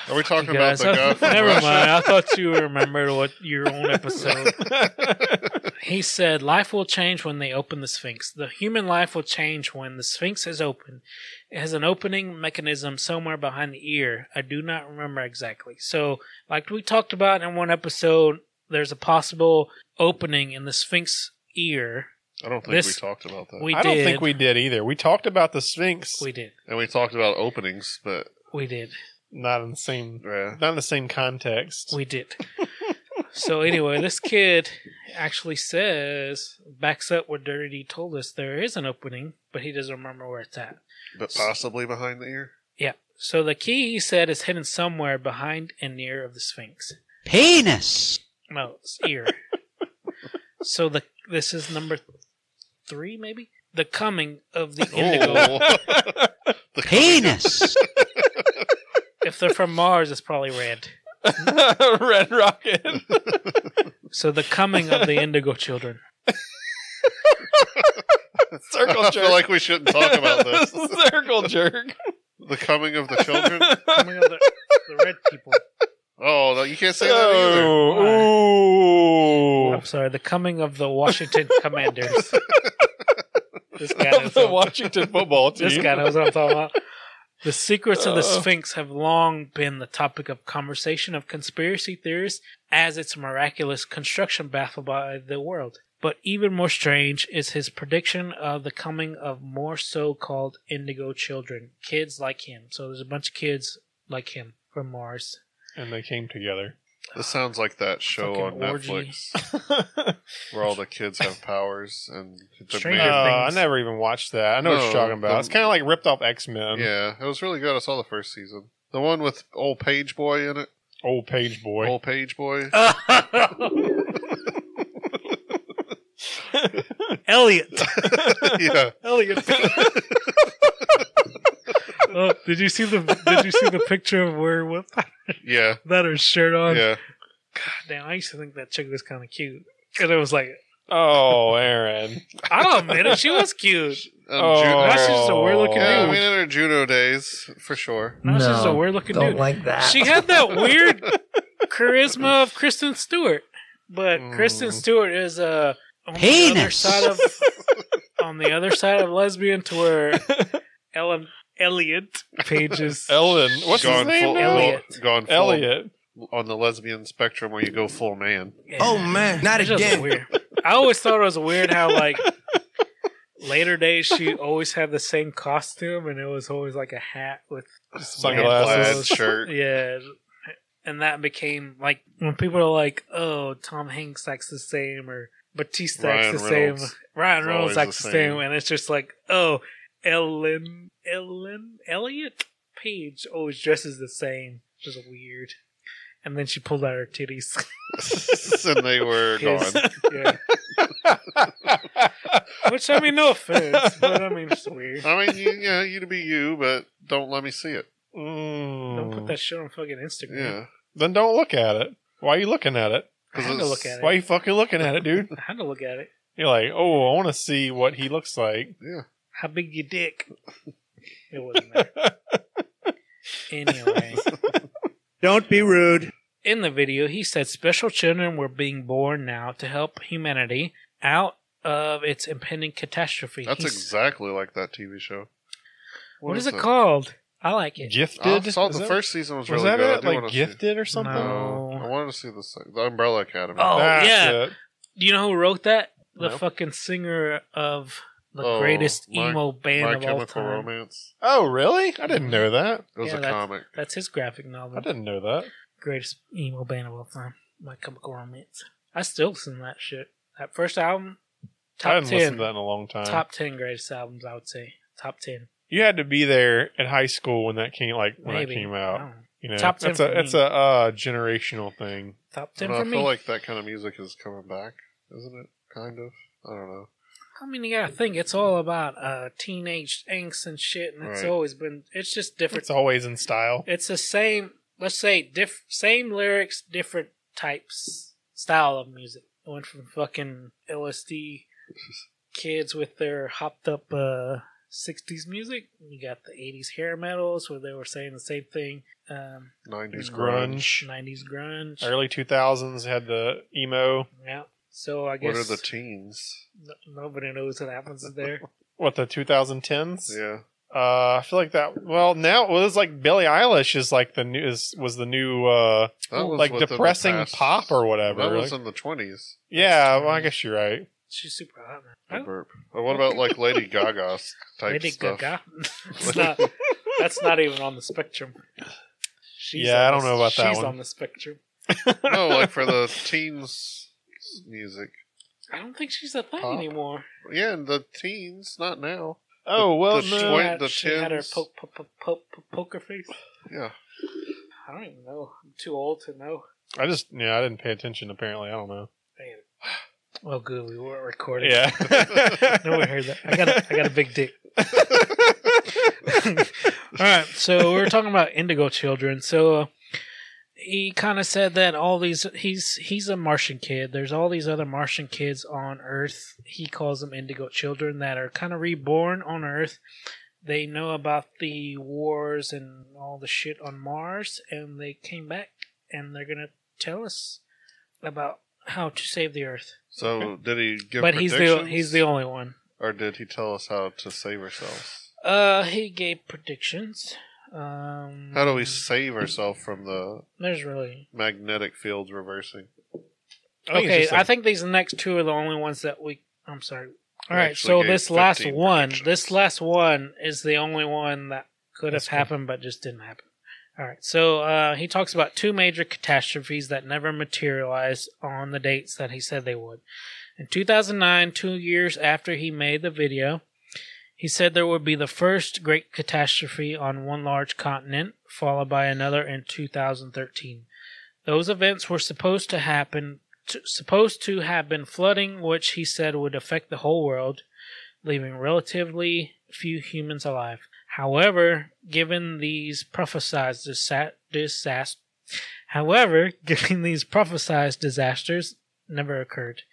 S3: Are we talking
S2: You guys-
S3: about the guy from
S2: Never
S3: Russia?
S2: mind. I thought you remembered what your own episode. he said, "Life will change when they open the Sphinx. The human life will change when the Sphinx is open. It has an opening mechanism somewhere behind the ear. I do not remember exactly. So, like we talked about in one episode, there's a possible opening in the Sphinx ear.
S3: I don't think
S2: This-
S3: we talked about that.
S2: We
S1: I don't
S2: did.
S1: think we did either. We talked about the Sphinx,
S2: We did.
S3: and we talked about openings, but uh,
S2: We did.
S1: not in the same,
S3: yeah.
S1: not in the same context.
S2: We did. so anyway, this kid actually says backs up what Dirty D told us. There is an opening, but he doesn't remember where it's at.
S3: but possibly behind the ear.
S2: Yeah. So the key he said is hidden somewhere behind and near of the Sphinx.
S8: Penis.
S2: No, it's ear. so the this is number three, maybe the coming of the indigo.
S3: Oh.
S8: Penis.
S2: if they're from Mars, it's probably red.
S1: Red Rocket.
S2: So the coming of the indigo children.
S1: Circle
S3: I
S1: jerk.
S3: feel like we shouldn't talk about this.
S1: Circle jerk.
S3: The coming of the children.
S2: Coming of the, the red people.
S3: Oh, no, you can't say that either.
S1: Oh, ooh.
S2: I'm sorry, the coming of the Washington Commanders. this guy knows
S1: the
S2: what I'm-
S1: Washington football team.
S2: this guy knows what I'm talking about. The secrets of the
S3: Uh.
S1: Oh.
S2: Sphinx have long been the topic of conversation of conspiracy theorists as its miraculous construction baffled by the world. But even more strange is his prediction of the coming of more so called indigo children, kids like him. So there's a bunch of kids like him from Mars.
S1: And they came together.
S3: This sounds like that show
S2: Fucking
S3: on
S2: orgy.
S3: Netflix where all the kids have powers and the
S2: Stranger
S1: Uh,
S3: man-
S1: I
S2: Things.
S1: never even watched that. I know what you're
S3: No,
S1: talking about.
S3: the-
S1: it's kind of like ripped off X Men.
S3: Yeah, it was really good. I saw the first season. The one with old Page Boy in it.
S1: Old page boy.
S3: Old Page Boy.
S2: Elliot!
S3: yeah.
S2: Elliot. oh, did you see the did you see the picture of where with
S3: Yeah.
S2: that her shirt on?
S3: Yeah.
S2: Damn, I used to think that chick was kind of cute, and it was like,
S1: Oh, Aaron.
S2: I'll admit it, she was cute.
S3: Um, Oh.
S1: Oh.
S3: Ju-
S2: Now she's just a weird looking
S3: yeah, I mean,
S2: dude.
S3: in her Juno days, for sure.
S2: Now she's just a weird looking dude. She had that weird charisma of Kristen Stewart, but Kristen Stewart is uh, on the other
S8: Penis.
S2: side of on the other side of lesbian to where Ellen Elliot Page's
S1: Ellen. What's his
S3: gone
S1: name?
S3: full,
S1: now?
S2: Elliot.
S3: Gone full
S1: Elliot.
S3: on the lesbian spectrum where you go full man.
S6: Oh man, not
S2: It's just
S6: again.
S2: weird. I always thought it was weird how like later days she always had the same costume and it was always like a hat with
S1: Sunglasses.
S3: Plaid shirt.
S2: yeah. And that became like when people are like, "Oh, Tom Hanks acts the same," or Batista
S3: Ryan
S2: acts the
S3: Reynolds
S2: same, Ryan
S3: is
S2: Reynolds
S3: always
S2: acts the
S3: the
S2: same.
S3: same.
S2: and it's just like, "Oh, Ellen, Ellen, Elliot Page always dresses the same," just weird. And then she pulled out her titties.
S3: and they were
S2: His-
S3: gone.
S2: Yeah. Which I mean, no offense, but I mean it's weird.
S3: I mean, you, yeah, you to be you, but don't let me see it.
S2: Don't put
S1: Mm.
S2: that shit on fucking Instagram.
S3: Oh. Yeah.
S1: Then don't look at it. Why are you looking at it?
S2: I had to
S3: it's-
S2: look at it.
S1: Why are you fucking looking at it, dude?
S2: I had to look at it.
S1: You're like, oh, I want to see what he looks like.
S3: Yeah.
S2: How big your dick? It wasn't there. anyway,
S6: Don't be rude.
S2: in the video, he said special children were being born now to help humanity out of its impending catastrophe.
S3: That's
S2: He's-
S3: exactly like that TV show.
S2: what is it
S3: that?
S2: called? I like it.
S1: Gifted.
S3: I saw
S1: Is
S3: the
S1: that-
S3: first season was,
S1: Was
S3: really
S1: that
S3: good. I
S1: it?
S3: do
S1: Like
S3: wanna
S1: gifted Oh. or something?
S3: See, no,
S2: No.
S3: I wanted to see the sec- the Umbrella Academy.
S2: Oh,
S1: That's
S2: yeah.
S1: it.
S2: Do you know who wrote that? The
S1: No.
S2: fucking singer of the
S3: Oh,
S2: greatest
S3: My-
S2: emo band
S3: My
S2: of all
S3: Chemical
S2: time.
S3: Romance.
S1: Oh, really? I
S2: Mm-hmm.
S1: didn't know that.
S3: It was
S2: Yeah,
S3: a
S2: that's-
S3: comic.
S2: That's his graphic novel.
S1: I didn't know that.
S2: greatest emo band of all time, My Chemical Romance. I still listen to that shit. That first album,
S1: I
S2: Top
S1: haven't listened
S2: ten.
S1: to that in a long time.
S2: Top ten greatest albums, I would say. Top ten.
S1: You had to be there at high school when that came, like when
S2: Maybe.
S1: that came
S2: I
S1: out.
S2: don't know.
S1: You know,
S2: Top 10
S1: that's a
S2: for
S1: that's
S2: me.
S1: a uh, generational thing.
S2: Top
S3: I,
S2: ten
S3: don't know,
S2: for
S3: I
S2: me.
S3: feel like that kind of music is coming back, isn't it? Kind of. I don't know.
S2: I mean, you gotta think it's all about uh, teenage angst and shit, and it's
S3: Right.
S2: always been. It's just different.
S1: It's always in style.
S2: It's the same. Let's say diff, same lyrics, different types, style of music. It went from fucking LSD kids with their hopped up uh, '60s music. You got the '80s hair metals where they were saying the same thing. Um,
S3: Nineties grunge.
S1: Grunge.
S2: '90s grunge.
S1: Early two thousands had the emo.
S2: Yeah. So I guess
S3: What are the teens?
S2: n- nobody knows what happens there.
S1: What the two thousand tens?
S3: Yeah.
S1: Uh, I feel like that. Well, now well, it was like Billie Eilish is like the new is was the new uh
S3: That was
S1: like
S3: within the
S1: depressing
S3: past-
S1: pop or whatever.
S3: That was
S1: Like-
S3: in the twenties.
S1: yeah, well, I guess you're right.
S2: She's super hot, man.
S3: I
S2: I don't-
S3: burp. But what about like Lady Gaga's type
S2: Lady
S3: stuff?
S2: Gaga. It's not- that's not even on the spectrum. She's
S1: Yeah, I
S2: on
S1: don't
S2: the-
S1: know about that
S2: She's
S1: one.
S2: on the spectrum.
S3: No, like for the teens music.
S2: I don't think she's a thing
S3: Pop.
S2: anymore.
S3: Yeah, and the teens, not now.
S1: Oh well,
S3: the
S1: no.
S2: She,
S3: Joint
S2: had,
S3: the
S2: she had her
S3: Tins.
S2: poke, poke, poke, poke, poke, poker face.
S3: Yeah.
S2: I don't even know. I'm too old to know.
S1: I just yeah, I didn't pay attention. Apparently, I don't know.
S2: Man. Well, good. We weren't recording.
S1: Yeah.
S2: No one heard that. I got a, I got a big dick. all right, so we were talking about Indigo Children. So uh, he kind of said that all these he's he's a Martian kid. There's all these other Martian kids on Earth. He calls them Indigo Children that are kind of reborn on Earth. They know about the wars and all the shit on Mars, and they came back and they're gonna tell us about how to save the Earth.
S3: So did he give
S2: but he's the
S3: predictions?
S2: he's the only one.
S3: or did he tell us how to save ourselves?
S2: Uh, he gave predictions. Um,
S3: How do we save ourselves from the
S2: There's really
S3: magnetic fields reversing?
S1: I think it's
S2: okay.
S1: just
S2: I
S1: like-
S2: think these next two are the only ones that we. I'm sorry. All
S3: We
S2: right.
S3: actually
S2: So
S3: gave
S2: this last
S3: 15
S2: one,
S3: predictions.
S2: this last one is the only one that could have
S1: That's cool.
S2: happened, but just didn't happen. All right. So uh, he talks about two major catastrophes that never materialized on the dates that he said they would. In 2009, two years after he made the video, he said there would be the first great catastrophe on one large continent, followed by another in 2013. Those events were supposed to happen, t supposed to have been flooding, which he said would affect the whole world, leaving relatively few humans alive. However, given these prophesied disa- disast- however, given these prophesied disasters never occurred,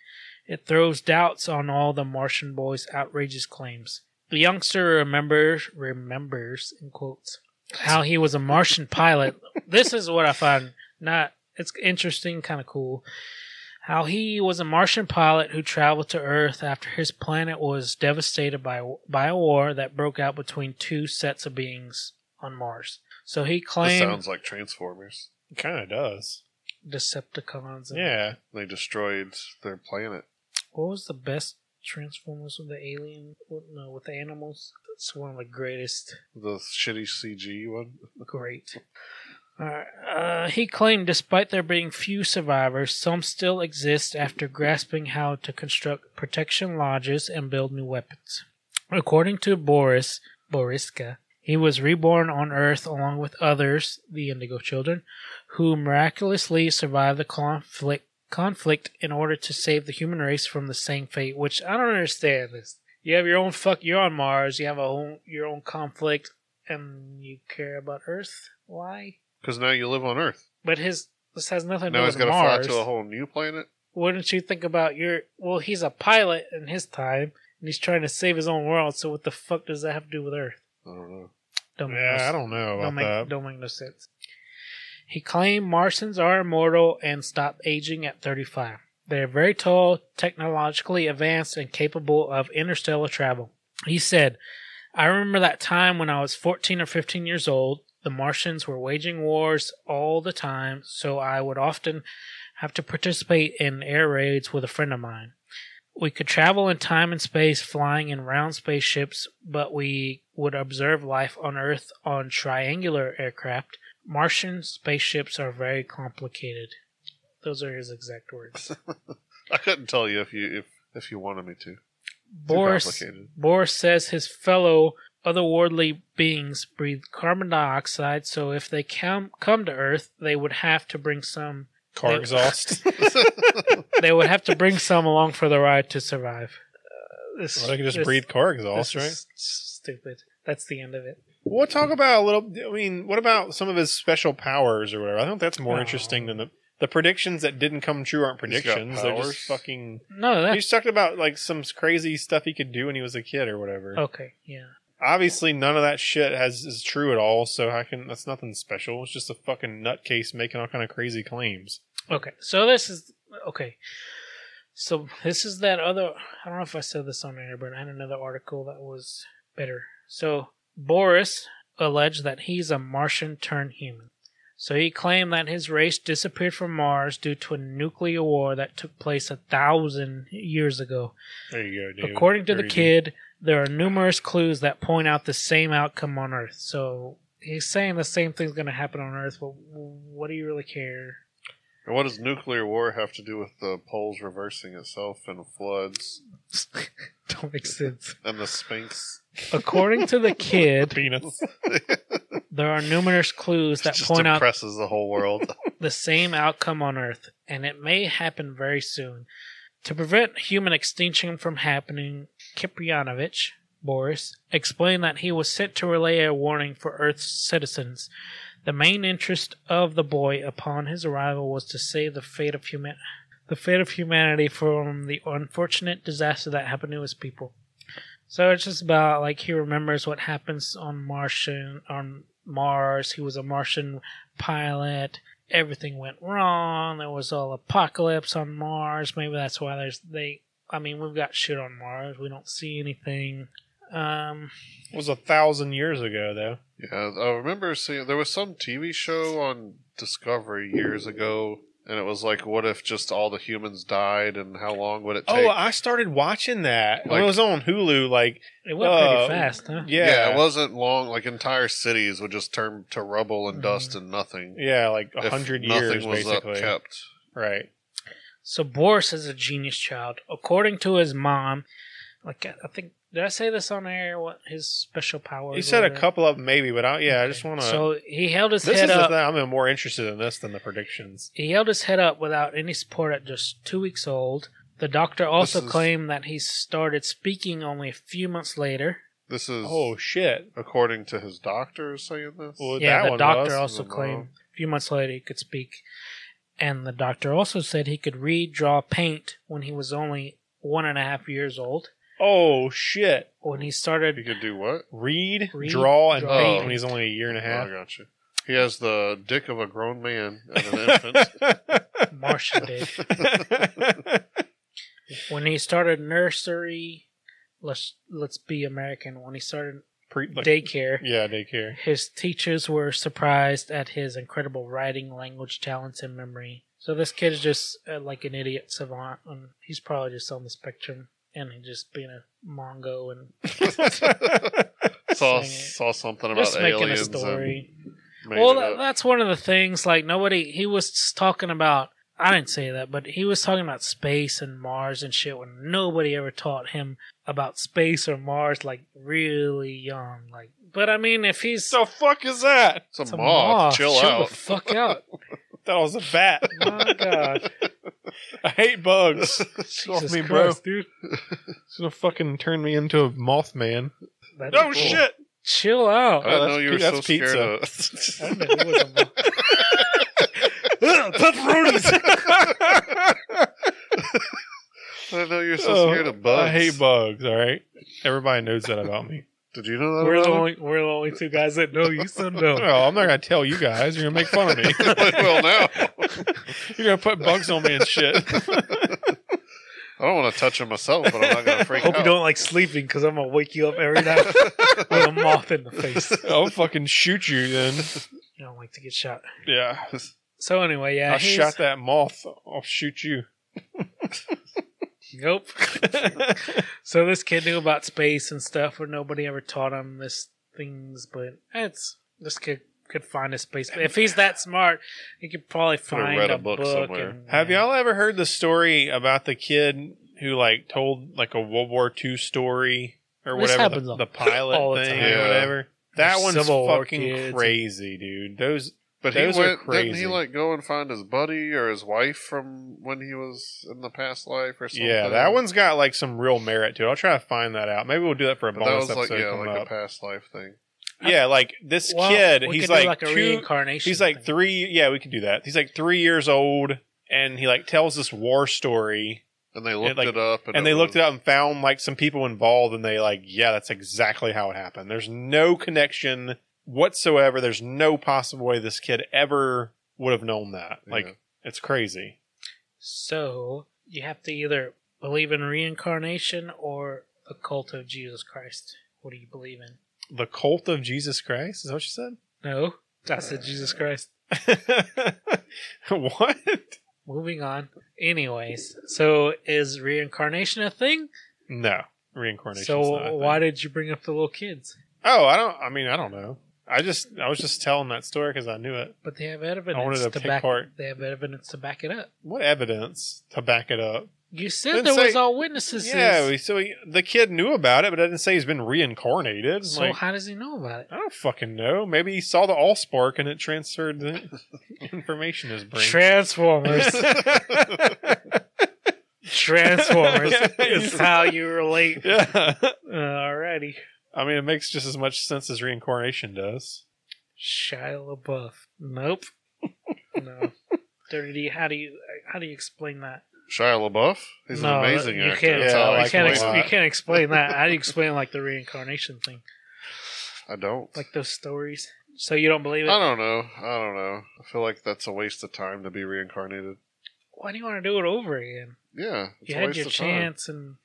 S2: it throws doubts on all the Martian boy's outrageous claims. The youngster remembers remembers in quotes how he was a Martian pilot. this is what I find not it's interesting, kind of cool. How he was a Martian pilot who traveled to Earth after his planet was devastated by by a war that broke out between two sets of beings on Mars. So he
S3: This
S2: claimed
S3: sounds like Transformers.
S1: kind of does.
S2: Decepticons. and-
S1: Yeah.
S3: They destroyed their planet.
S2: What was the best Transformers with the alien? with- No, with the animals. It's one of the greatest.
S3: The shitty CG one.
S2: Great. Alright, Uh, he claimed, despite there being few survivors, some still exist after grasping how to construct protection lodges and build new weapons. According to Boris Boriska, he was reborn on Earth along with others, the Indigo Children, who miraculously survived the conflict conflict in order to save the human race from the same fate. Which I don't understand. This you have your own fuck. You're on Mars. You have a whole, your own conflict, and you care about Earth. Why?
S3: Because now you live on Earth.
S2: But his this has nothing to
S3: now
S2: do
S3: he's
S2: with
S3: got to
S2: Mars.
S3: fly to a whole new planet.
S2: Wouldn't you think about your? Well, he's a pilot in his time, and he's trying to save his own world. So what the fuck does that have to do with Earth?
S3: I don't know.
S2: Don't make no
S1: Yeah, I
S2: sense.
S1: don't know about
S2: Don't make,
S1: that.
S2: don't make no sense. He claimed Martians are immortal and stop aging at 35. They are very tall, technologically advanced, and capable of interstellar travel. He said, I remember that time when I was 14 or 15 years old. The Martians were waging wars all the time, so I would often have to participate in air raids with a friend of mine. We could travel in time and space flying in round spaceships, but we would observe life on Earth on triangular aircraft. Martian spaceships are very complicated. Those are his exact words.
S3: I couldn't tell you if you if if you wanted me to.
S2: Boris
S3: complicated.
S2: Boris says his fellow otherworldly beings breathe carbon dioxide, so if they come come to Earth, they would have to bring some.
S1: Car exhaust.
S2: They would have to bring some along for the ride to survive. Uh, this,
S1: well, they can just
S2: this-
S1: breathe car
S2: this
S1: exhaust,
S2: is
S1: right?
S2: Stupid. That's the end of it.
S1: We'll talk about a little. I mean, what about some of his special powers or whatever? I think that's more
S2: Oh.
S1: interesting than the the predictions that didn't come true aren't
S3: He's got
S1: predictions. They're just
S3: powers?
S1: fucking.
S2: No,
S1: He
S2: that's
S1: just talked about like some crazy stuff he could do when he was a kid or whatever.
S2: okay. Yeah.
S1: Obviously, none of that shit has is true at all. So how can that's nothing special? It's just a fucking nutcase making all kind of crazy claims.
S2: Okay, so this is okay. So this is that other. I don't know if I said this on air, but I had another article that was better. So Boris alleged that he's a Martian turned human. So he claimed that his race disappeared from Mars due to a nuclear war that took place a thousand years ago.
S1: There you go, dude.
S2: According to the
S1: Crazy.
S2: kid, there are numerous clues that point out the same outcome on Earth. So he's saying the same thing's going to happen on Earth. But what do you really care?
S3: And what does nuclear war have to do with the poles reversing itself and floods
S2: don't make sense.
S3: and the Sphinx?
S2: According to the kid,
S1: penis.
S2: there are numerous clues that
S3: just
S2: point out
S3: depresses the whole world.
S2: the same outcome on Earth, and it may happen very soon. To prevent human extinction from happening, Kiprianovich, Boris, explained that he was sent to relay a warning for Earth's citizens. The main interest of the boy upon his arrival was to save the fate of human the fate of humanity from the unfortunate disaster that happened to his people. So it's just about like he remembers what happens on Martian on Mars. He was a Martian pilot. Everything went wrong. There was all apocalypse on Mars. Maybe that's why there's they. I mean, we've got shit on Mars. We don't see anything. Um,
S1: It was a thousand years ago though.
S3: yeah, I remember seeing there was some TV show on Discovery years ago, and it was like, what if just all the humans died, and how long would it take?
S1: Oh, I started watching that. When it
S3: Like-
S1: was on Hulu. Like,
S2: it went
S1: Uh,
S2: pretty fast, huh?
S1: yeah,
S3: it wasn't long. Like entire cities would just turn to rubble and dust and nothing.
S1: Yeah, like a
S3: if
S1: hundred
S3: nothing
S1: years basically.
S3: upkept.
S1: Right.
S2: So Boris is a genius child, according to his mom. Like I I think, did I say this on air? What his special powers?
S1: He said a
S2: were?
S1: couple of 'em maybe, but I, yeah, I just want to.
S2: So he held his
S1: this is
S2: head
S1: the
S2: up.
S1: thing. I'm more interested in this than the predictions.
S2: He held his head up without any support at just two weeks old. The doctor also
S3: is-
S2: claimed that he started speaking only a few months later.
S3: This is
S1: Oh shit!
S3: according to his doctor saying this.
S1: Well,
S2: yeah,
S1: that
S2: the
S1: one
S2: doctor
S1: was.
S2: also
S3: The
S2: claimed
S3: mom.
S2: a few months later he could speak. And the doctor also said he could read, draw, paint when he was only one and a half years old.
S1: Oh shit!
S2: When he
S3: He
S2: started,
S3: could do what?
S1: Read,
S2: Read,
S1: draw, and
S2: draw,
S1: paint
S3: Oh.
S1: when he's only a year and a
S3: Oh, I
S1: half.
S3: got you. He has the dick of a grown man and an infant.
S2: Martian did. When he started nursery, let's let's be American. When he started
S1: Pre- like-
S2: daycare,
S1: yeah, daycare.
S2: His teachers were surprised at his incredible writing, language talents, and memory. So this kid is just uh, like an idiot savant, and he's probably just on the spectrum, and he just being a Mongo and
S3: saw
S2: Saying it.
S3: saw something about
S2: just making a
S3: aliens.
S2: story.
S3: And made
S2: Well,
S3: it
S2: that,
S3: up.
S2: that's one of the things. Like nobody, he was talking about. I didn't say that, but he was talking about space and Mars and shit when nobody ever taught him about space or Mars like really young. Like, but I mean, if he's
S1: So fuck is that?
S3: it's a,
S2: it's a
S3: moth.
S2: moth,
S3: Chill, out.
S2: the fuck out.
S1: That was a bat.
S2: My God.
S1: I hate bugs. Get off
S2: Jesus
S1: me, bro.
S2: Christ, dude.
S1: It's gonna fucking turn me into a Mothman.
S2: That'd
S1: No
S2: be cool.
S1: shit.
S2: Chill out.
S3: I didn't
S1: that's
S3: know you
S1: pi-
S3: were so
S1: that's pizza.
S3: scared of.
S2: I didn't know it was a mo-
S1: Pepperonis.
S3: I didn't know you were so
S1: Oh,
S3: scared of bugs.
S1: I hate bugs. All right, everybody knows that about me.
S3: Did you know that?
S2: we're, the
S3: about
S2: only, we're the only two guys that know you, so no.
S1: Well, I'm not gonna tell you guys. You're gonna make fun of me.
S3: him? well, now
S1: You're gonna put bugs on me and shit.
S3: I don't want to touch him myself, but I'm not going to freak
S2: Hope
S3: out.
S2: you don't like sleeping because I'm going to wake you up every night with a moth in the face.
S1: I'll fucking shoot you then.
S2: You don't like to get shot.
S1: Yeah,
S2: So, anyway, yeah.
S1: I'll
S2: he's-
S1: shot that moth. I'll shoot you.
S2: Nope. so, this kid knew about space and stuff, but nobody ever taught him this things, but it's this kid could find a space. If he's that smart, he could probably
S3: have
S2: find
S3: read
S2: a,
S3: a book
S2: book.
S3: somewhere.
S2: and-
S1: Have y'all ever heard the story about the kid who like told like a World War II story or
S2: This
S1: whatever
S2: happens
S1: the,
S2: all-
S1: the pilot
S2: all the
S1: thing
S2: time.
S1: or
S3: Yeah.
S1: whatever. That
S2: Or
S1: one's
S2: Civil War
S1: fucking
S2: kids.
S1: crazy, dude. Those
S3: But
S1: Those
S3: he
S1: are
S3: went. Didn't
S1: crazy.
S3: he like go and find his buddy or his wife from when he was in the past life or something?
S1: yeah, that one's got like some real merit to it. I'll try to find that out. Maybe we'll do that for a
S3: But that
S1: bonus
S3: was like
S1: episode
S3: yeah,
S1: coming
S3: like a
S1: up.
S3: past life thing.
S1: yeah, like this
S2: Well,
S1: kid,
S2: we
S1: he's
S2: could do,
S1: like,
S2: like a
S1: two,
S2: reincarnation.
S1: he's like
S2: thing.
S1: three. Yeah, we could do that. He's like three years old, and he like tells this war story,
S3: And they looked it,
S1: like-
S3: up,
S1: and they looked it up and found like some people involved, and they like, yeah, that's exactly how it happened. There's no connection whatsoever. There's no possible way this kid ever would have known that. Like,
S3: Yeah.
S1: it's crazy.
S2: So you have to either believe in reincarnation or the cult of Jesus Christ. What do you believe in?
S1: The cult of Jesus Christ is that what you said?
S2: No, I
S1: Uh,
S2: said Jesus Christ.
S1: what?
S2: Moving on. Anyways, so is reincarnation a thing?
S1: No, reincarnation.
S2: so why did you bring up the little kids?
S1: Oh, I don't. I mean, I don't know. I just, I was just telling that story because I knew it.
S2: But they have evidence
S1: wanted to
S2: to
S1: pick
S2: back.
S1: part-
S2: They have evidence to back it up.
S1: What evidence to back it up?
S2: You said
S1: Didn't
S2: there was
S1: say-
S2: all witnesses.
S1: yeah, we, so he, the kid knew about it, but I didn't say he's been reincarnated.
S2: so
S1: like,
S2: how does he know about it?
S1: I don't fucking know. Maybe he saw the AllSpark and it transferred the information to his brain.
S2: Transformers. Transformers
S1: Yes.
S2: is how you relate. Uh,
S1: yeah.
S2: Alrighty.
S1: I mean, it makes just as much sense as reincarnation does.
S2: Shia LaBeouf. Nope. No. Dirty. How do you how do you explain that?
S3: Shia LaBeoff. He's
S2: No,
S3: an amazing
S2: you
S3: actor.
S2: can't-
S3: That's how
S1: Yeah,
S3: I
S1: I
S2: You can't,
S3: explain
S2: ex-
S1: Explain
S2: you
S1: that.
S2: can't explain that. How do you explain like the reincarnation thing?
S3: it. I don't.
S2: Like those stories. So you don't believe
S3: I
S2: it?
S3: don't know. I don't know. I feel like that's a waste of time to be reincarnated.
S2: Why do you want to do it over again?
S3: Yeah, it's
S2: You
S3: a
S2: had
S3: waste
S2: your
S3: of
S2: chance
S3: Time.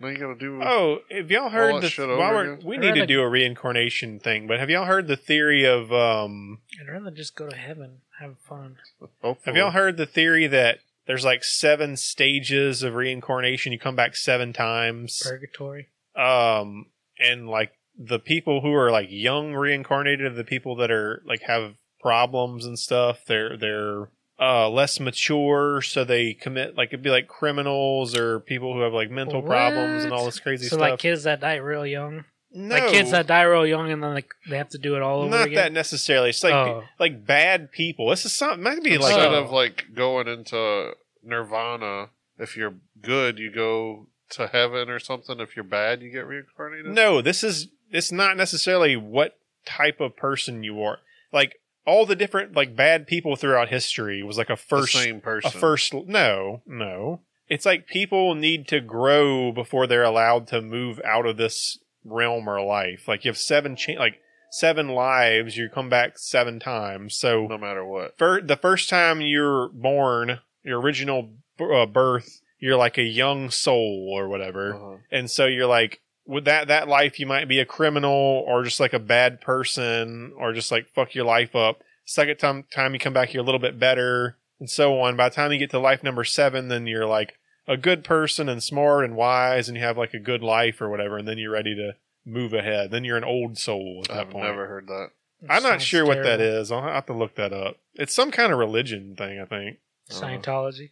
S3: Now you gotta do.
S1: Oh, have y'all
S3: Hmm. that
S1: heard the?
S3: shit
S1: while
S3: over
S1: we're-
S3: again?
S1: we need to do a reincarnation thing, but have y'all heard the theory of um?
S2: and I'd rather just go to heaven, have fun.
S3: hopefully.
S1: Have y'all heard the theory that there's like seven stages of reincarnation? You come back seven times.
S2: Purgatory.
S1: Um, and like the people who are like young reincarnated, the people that are like have problems and stuff, they're they're uh less mature, so they commit like it'd be like criminals or people who have like mental problems and
S2: What?
S1: all this crazy
S2: So
S1: stuff.
S2: like kids that die real young.
S1: no,
S2: Like kids that die real young and then like they have to do it all over
S1: not
S2: again.
S1: that necessarily. It's like
S2: Oh.
S1: like bad people. This is something might be like
S3: instead
S2: Oh.
S3: of like going into Nirvana, if you're good, you go to heaven or something. If you're bad, you get reincarnated.
S1: No, this is it's not necessarily what type of person you are. Like all the different like bad people throughout history was like a
S3: The
S1: first
S3: same person.
S1: a first no, no. It's like people need to grow before they're allowed to move out of this realm or life. Like you have seven cha- like seven lives, you come back seven times. So
S3: no matter what.
S1: fir- the first time you're born, your original uh, birth, you're like a young soul or whatever
S3: Uh-huh.
S1: and so you're like with that that life you might be a criminal or just like a bad person or just like fuck your life up second time time you come back you're a little bit better and so on by the time you get to life number seven then you're like a good person and smart and wise and you have like a good life or whatever and then you're ready to move ahead then you're an old soul at that
S3: I've
S1: point
S3: never heard that.
S1: i'm not
S2: Sounds
S1: sure what that
S2: terrible.
S1: is i'll have to look that up it's some kind of religion thing i think
S2: Scientology.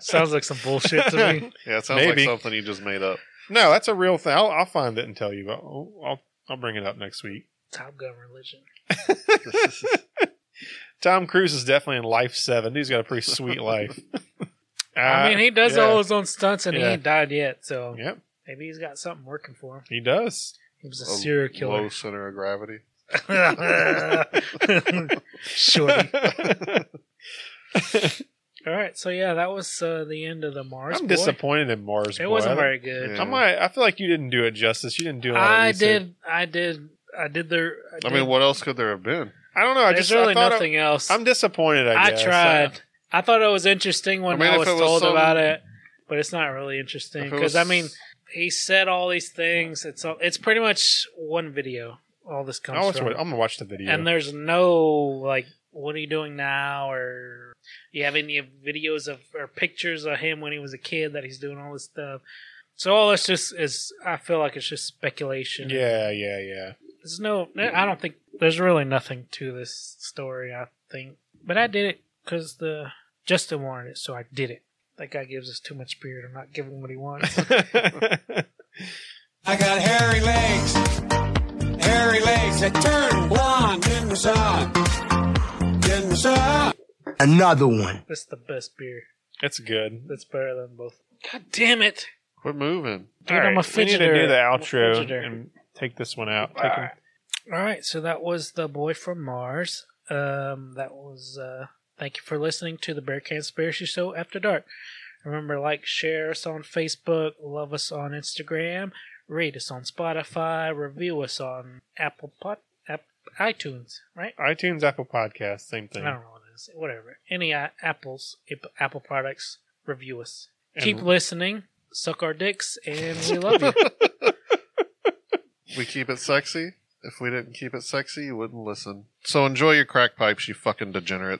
S2: Sounds like some bullshit to me.
S3: Yeah, it sounds
S1: Maybe.
S3: like something you just made up.
S1: no that's a real thing i'll, I'll find it and tell you I'll, I'll, I'll bring it up next week
S2: Top Gun religion.
S1: Tom Cruise is definitely in life seven. He's got a pretty sweet life.
S2: I
S1: Uh,
S2: mean, he does
S1: yeah.
S2: all his own stunts and he
S1: Yeah.
S2: ain't died yet, so
S1: Yep,
S2: maybe he's got something working for him.
S1: he does.
S2: He was a serial
S3: Low
S2: killer.
S3: center of gravity.
S2: Shorty. All right, so yeah, that was uh, the end of the Mars.
S1: I'm
S2: Boy.
S1: disappointed in Mars.
S2: It
S1: Boy.
S2: wasn't
S1: I-
S2: very good.
S3: Yeah.
S1: I might. I feel like you didn't do it justice. You didn't do. a lot of
S2: I
S1: research.
S2: did. I did. I did the.
S3: I mean, what else could there have been?
S1: I don't know. I
S2: There's
S1: just
S2: really
S1: I thought
S2: nothing else.
S1: I, am disappointed. I,
S2: I
S1: guess.
S2: tried. I thought it was interesting when
S3: I
S2: I,
S3: mean, if
S2: was
S3: it was
S2: told
S3: some-
S2: about it, but it's not really interesting
S3: If it
S2: because
S3: was-
S2: I mean, he said all these things. It's all, it's pretty much one video. All this
S1: I, I'll
S2: comes
S1: watch,
S2: from,
S1: I'm gonna watch the video.
S2: and there's no like, what are you doing now, or you have any videos of or pictures of him when he was a kid that he's doing all this stuff. So all it's just is, I feel like it's just speculation.
S1: yeah, yeah, yeah.
S2: There's no, I don't think there's really nothing to this story. I think, but I did it because the Justin wanted it, so I did it. That guy gives us too much beard. I'm not giving him what he wants.
S9: I got hairy legs, hairy legs that turn blonde in the sun, in the sun.
S10: Another one.
S2: That's the best beer.
S1: it's good.
S2: That's better than both. God damn it.
S3: Quit moving.
S2: Dude, I'm a
S1: we need to
S2: fidgeter.
S1: do the
S2: I'm a
S1: outro
S2: fidgeter.
S1: and take this one out. Take 'em-
S2: All right, so that was the boy from Mars. Um, that was. Uh, thank you for listening to the Bear Conspiracy Show After Dark. Remember, like, share us on Facebook, love us on Instagram, rate us on Spotify, review us on Apple Pod, App, iTunes, right?
S1: iTunes, Apple Podcast, same thing.
S2: I don't know what it is. Whatever. Any uh, apples, ap- Apple products, review us.
S1: And-
S2: Keep listening. Suck our dicks, and we love you.
S3: We keep it sexy. If we didn't keep it sexy, you wouldn't listen. So enjoy your crack pipes, you fucking degenerates.